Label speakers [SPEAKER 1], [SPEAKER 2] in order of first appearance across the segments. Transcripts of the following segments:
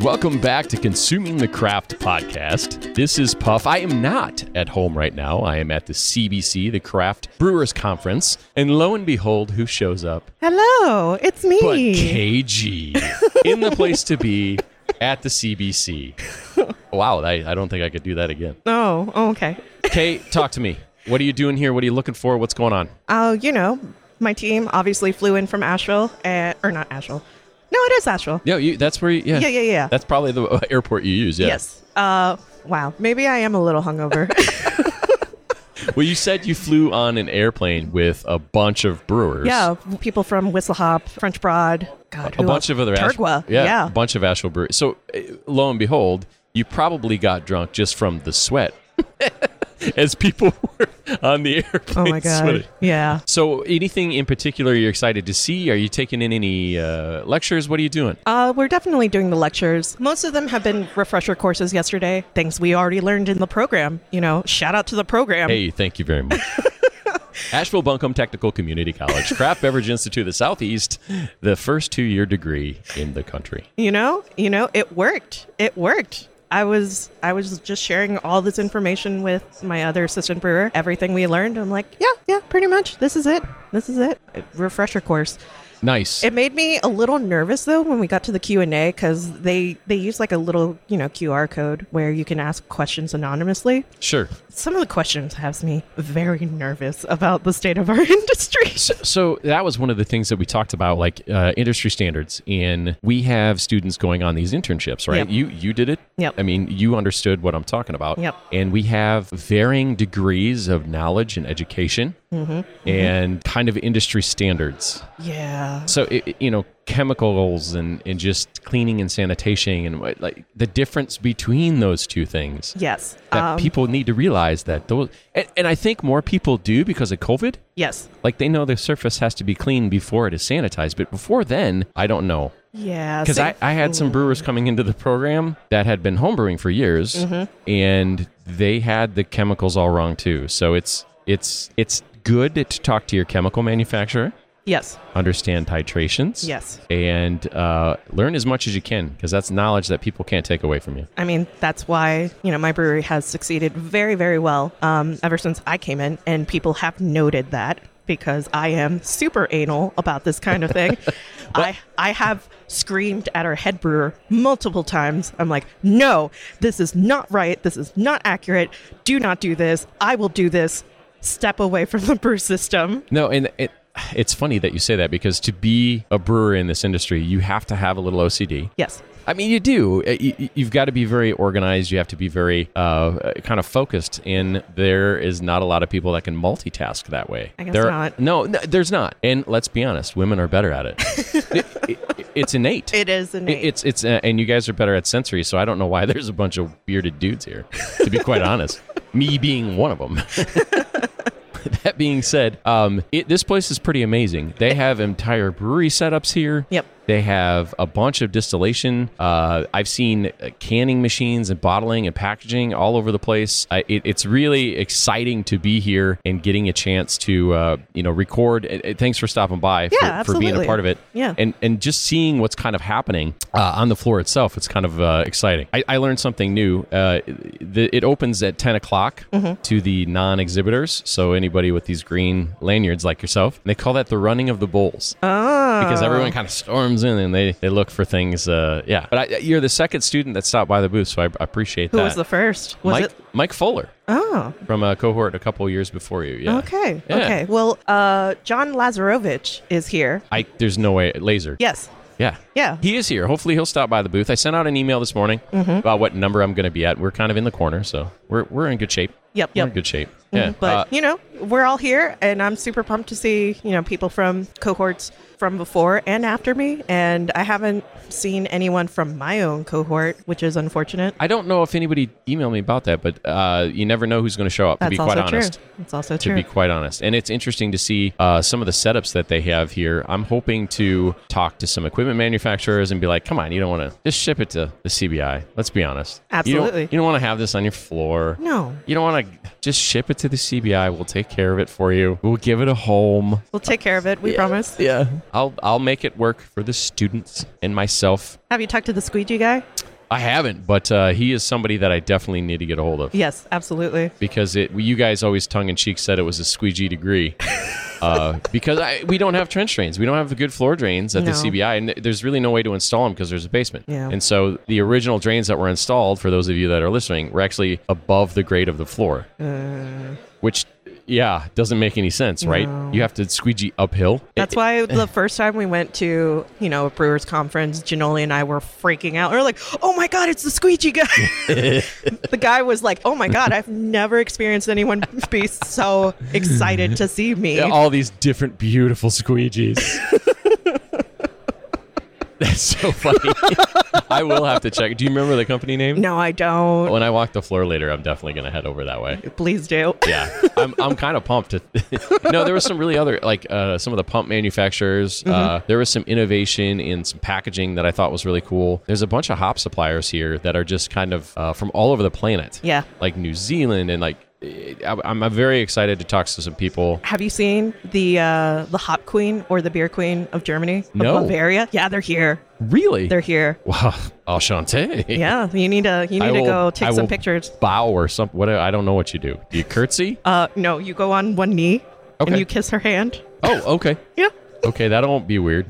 [SPEAKER 1] Welcome back to Consuming the Craft podcast. This is Puff. I am not at home right now. I am at the CBC, the Craft Brewers Conference. And lo and behold, who shows up?
[SPEAKER 2] Hello, it's me.
[SPEAKER 1] But KG in the place to be at the CBC. Wow, I, I don't think I could do that again.
[SPEAKER 2] oh, oh, okay.
[SPEAKER 1] Kay, talk to me. What are you doing here? What are you looking for? What's going on?
[SPEAKER 2] Uh, you know, my team obviously flew in from Asheville, and, or not Asheville. No, it is Asheville.
[SPEAKER 1] Yeah, you, that's where. You, yeah,
[SPEAKER 2] Yeah, yeah, yeah.
[SPEAKER 1] That's probably the uh, airport you use. Yeah.
[SPEAKER 2] Yes. Uh, wow. Maybe I am a little hungover.
[SPEAKER 1] Well, you said you flew on an airplane with a bunch of brewers.
[SPEAKER 2] yeah, people from Whistle Hop, French Broad. God,
[SPEAKER 1] a bunch of other
[SPEAKER 2] Ash-
[SPEAKER 1] Asheville,
[SPEAKER 2] Turgwa. uh, Yeah.
[SPEAKER 1] a bunch of Asheville breweries. So uh, lo and behold, you probably got drunk just from the sweat as people were on the
[SPEAKER 2] oh
[SPEAKER 1] airplane.
[SPEAKER 2] my god.
[SPEAKER 1] sweating.
[SPEAKER 2] Yeah.
[SPEAKER 1] So anything in particular you're excited to see? Are you taking in any uh, lectures? What are you doing?
[SPEAKER 2] Uh, we're definitely doing the lectures. Most of them have been refresher courses yesterday, things we already learned in the program. You know, shout out to the program.
[SPEAKER 1] Hey, thank you very much. Asheville Buncombe Technical Community College, Craft Beverage Institute of the Southeast, the first two year degree in the country.
[SPEAKER 2] you know you know it worked it worked i was i was just sharing all this information with my other assistant brewer everything we learned i'm like yeah yeah pretty much this is it this is it A refresher course
[SPEAKER 1] Nice.
[SPEAKER 2] it made me a little nervous though when we got to the q&a because they they use like a little you know qr code where you can ask questions anonymously
[SPEAKER 1] sure.
[SPEAKER 2] some of the questions has me very nervous about the state of our industry
[SPEAKER 1] So that was one of the things that we talked about, like uh, industry standards. And we have students going on these internships, right?
[SPEAKER 2] Yep.
[SPEAKER 1] You you did it.
[SPEAKER 2] Yep.
[SPEAKER 1] I mean, you understood what I'm talking about.
[SPEAKER 2] Yep.
[SPEAKER 1] And we have varying degrees of knowledge and education,
[SPEAKER 2] Mm-hmm.
[SPEAKER 1] and kind of industry standards.
[SPEAKER 2] yeah
[SPEAKER 1] So it, it- you know, chemicals and and just cleaning and sanitation and what- like the difference between those two things
[SPEAKER 2] yes
[SPEAKER 1] that
[SPEAKER 2] um,
[SPEAKER 1] people need to realize that those. And, and I think more people do because of COVID.
[SPEAKER 2] yes
[SPEAKER 1] Like they know the surface has to be clean before it is sanitized, but before then, I don't know.
[SPEAKER 2] yeah
[SPEAKER 1] Because
[SPEAKER 2] so-
[SPEAKER 1] I, I had some brewers coming into the program that had been homebrewing for years and they had the chemicals all wrong too. So it's it's it's good to talk to your chemical manufacturer,
[SPEAKER 2] yes
[SPEAKER 1] understand titrations.
[SPEAKER 2] Yes.
[SPEAKER 1] And uh, learn as much as you can because that's knowledge that people can't take away from you.
[SPEAKER 2] I mean, that's why, you know, my brewery has succeeded very, very well um, ever since I came in, and people have noted that because I am super anal about this kind of thing. I, I have screamed at our head brewer multiple times. I'm like, no, this is not right. This is not accurate. Do not do this. I will do this. Step away from the brew system.
[SPEAKER 1] No, and it, it's funny that you say that because to be a brewer in this industry, you have to have a little OCD.
[SPEAKER 2] Yes.
[SPEAKER 1] I mean, you do. Uh, y- y- You've got to be very organized. You have to be very uh, uh, kind of focused. And there is not a lot of people that can multitask that way.
[SPEAKER 2] I guess
[SPEAKER 1] There-
[SPEAKER 2] not.
[SPEAKER 1] No, no, there's not. And let's be honest, women are better at it. It- it- it's innate.
[SPEAKER 2] It is an
[SPEAKER 1] It- It's it's uh, and you guys are better at sensory, so I don't know why there's a bunch of bearded dudes here. To be quite honest, me being one of them. that being said, um, it, this place is pretty amazing. They have entire brewery setups here.
[SPEAKER 2] Yep.
[SPEAKER 1] They have a bunch of distillation. Uh, I've seen uh, canning machines and bottling and packaging all over the place. I, it, it's really exciting to be here and getting a chance to, uh, you know, record. Uh, uh, Thanks for stopping by
[SPEAKER 2] Yeah,
[SPEAKER 1] for, for being a
[SPEAKER 2] absolutely.
[SPEAKER 1] part of it.
[SPEAKER 2] Yeah.
[SPEAKER 1] And and just seeing what's kind of happening uh, on the floor itself, it's kind of uh, exciting. I, I learned something new. Uh, the, it opens at 10 o'clock
[SPEAKER 2] Mm-hmm.
[SPEAKER 1] to the non exhibitors. So anybody with these green lanyards like yourself, and they call that the running of the bulls
[SPEAKER 2] Oh.
[SPEAKER 1] because everyone kind of storms in and they, they look for things. Uh, yeah. But I, you're the second student that stopped by the booth, so I, I appreciate
[SPEAKER 2] Who
[SPEAKER 1] that.
[SPEAKER 2] was the first? Was
[SPEAKER 1] Mike,
[SPEAKER 2] it?
[SPEAKER 1] Mike Fuller
[SPEAKER 2] Oh.
[SPEAKER 1] from a cohort a couple years before you. Yeah.
[SPEAKER 2] Okay.
[SPEAKER 1] Yeah.
[SPEAKER 2] Okay. Well, uh, John Lazarovich is here.
[SPEAKER 1] I, there's no way. Laser.
[SPEAKER 2] Yes.
[SPEAKER 1] Yeah.
[SPEAKER 2] Yeah. Mm-hmm.
[SPEAKER 1] He is here. Hopefully, he'll stop by the booth. I sent out an email this morning about what number I'm going to be at. We're kind of in the corner, so we're, we're in good shape.
[SPEAKER 2] Yep,
[SPEAKER 1] We're
[SPEAKER 2] yep. Mm-hmm.
[SPEAKER 1] in good shape. Yeah.
[SPEAKER 2] But
[SPEAKER 1] Uh,
[SPEAKER 2] you know, we're all here, and I'm super pumped to see you know people from cohorts from before and after me. And I haven't seen anyone from my own cohort, which is unfortunate.
[SPEAKER 1] I don't know if anybody emailed me about that, but uh, you never know who's going to show up,
[SPEAKER 2] That's
[SPEAKER 1] to be
[SPEAKER 2] also
[SPEAKER 1] quite honest.
[SPEAKER 2] true. It's also
[SPEAKER 1] to
[SPEAKER 2] true.
[SPEAKER 1] be quite honest. And it's interesting to see uh, some of the setups that they have here. I'm hoping to talk to some equipment manufacturers and be like, come on, you don't want to just ship it to the CBI. Let's be honest. You don't-
[SPEAKER 2] Absolutely.
[SPEAKER 1] You don't, want to have this on your floor.
[SPEAKER 2] no,
[SPEAKER 1] You don't want to just ship it to the CBI. We'll take care of it for you. We'll give it a home.
[SPEAKER 2] we'll take care of it. We promise.
[SPEAKER 1] Yeah. I'll I'll make it work for the students and myself.
[SPEAKER 2] Have you talked to the squeegee guy?
[SPEAKER 1] I haven't, but uh, he is somebody that I definitely need to get a hold of
[SPEAKER 2] Yes, absolutely.
[SPEAKER 1] because it. You guys always tongue in cheek said it was a squeegee degree. Uh, because I, we don't have trench drains, we don't have good floor drains at the
[SPEAKER 2] No.
[SPEAKER 1] CBI, and th- there's really no way to install them because there's a basement.
[SPEAKER 2] Yeah.
[SPEAKER 1] And so the original drains that were installed, for those of you that are listening, were actually above the grade of the floor, which, yeah, doesn't make any sense, right?
[SPEAKER 2] Uh. No.
[SPEAKER 1] You have to squeegee uphill.
[SPEAKER 2] That's
[SPEAKER 1] It-
[SPEAKER 2] why the first time we went to, you know, a brewers conference, Ginoli and I were freaking out. We were like, oh my God, it's the squeegee guy. the guy was like, oh my God, I've never experienced anyone be so excited to see me.
[SPEAKER 1] all these different beautiful squeegees. That's so funny. I will have to check. Do you remember the company name?
[SPEAKER 2] No, I don't.
[SPEAKER 1] When I walk the floor later, I'm definitely going to head over that way.
[SPEAKER 2] Please do.
[SPEAKER 1] Yeah, I'm, I'm kind of pumped. To no, there was some really other like uh, some of the pump manufacturers.
[SPEAKER 2] Mm-hmm.
[SPEAKER 1] Uh, there was some innovation in some packaging that I thought was really cool. There's a bunch of hop suppliers here that are just kind of uh, from all over the planet.
[SPEAKER 2] Yeah.
[SPEAKER 1] like New Zealand and like eh, I, I'm very excited to talk to some people.
[SPEAKER 2] Have you seen the uh, the hop queen or the beer queen of Germany? Of
[SPEAKER 1] No.
[SPEAKER 2] Bavaria? Yeah, they're here.
[SPEAKER 1] Really,
[SPEAKER 2] They're here.
[SPEAKER 1] Wow, enchanté.
[SPEAKER 2] Yeah, you need to you need
[SPEAKER 1] I
[SPEAKER 2] to
[SPEAKER 1] will-
[SPEAKER 2] go take
[SPEAKER 1] I
[SPEAKER 2] some
[SPEAKER 1] will
[SPEAKER 2] pictures.
[SPEAKER 1] Bow or something. What I don't know what you do. Do you curtsy?
[SPEAKER 2] Uh, no, you go on one knee and
[SPEAKER 1] Okay.
[SPEAKER 2] you kiss her hand.
[SPEAKER 1] Oh, okay.
[SPEAKER 2] Yeah.
[SPEAKER 1] Okay, that won't be weird.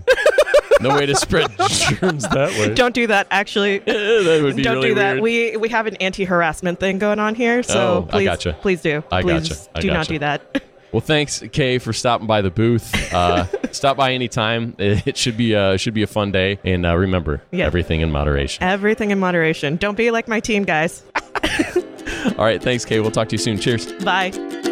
[SPEAKER 1] No way to spread germs that way.
[SPEAKER 2] Don't do that. Actually,
[SPEAKER 1] Eh, that would be
[SPEAKER 2] don't
[SPEAKER 1] really
[SPEAKER 2] do that.
[SPEAKER 1] weird.
[SPEAKER 2] We we have an anti-harassment thing going on here, so
[SPEAKER 1] Oh, I
[SPEAKER 2] please,
[SPEAKER 1] gotcha.
[SPEAKER 2] please do.
[SPEAKER 1] I
[SPEAKER 2] please
[SPEAKER 1] gotcha. I
[SPEAKER 2] do not
[SPEAKER 1] gotcha.
[SPEAKER 2] do that.
[SPEAKER 1] well, thanks, Kay, for stopping by the booth. Uh, stop by anytime. It should be uh, should be a fun day. And uh, remember,
[SPEAKER 2] Yeah.
[SPEAKER 1] everything in moderation.
[SPEAKER 2] Everything in moderation. Don't be like my team, guys.
[SPEAKER 1] All right, thanks, Kay. We'll talk to you soon. Cheers.
[SPEAKER 2] Bye.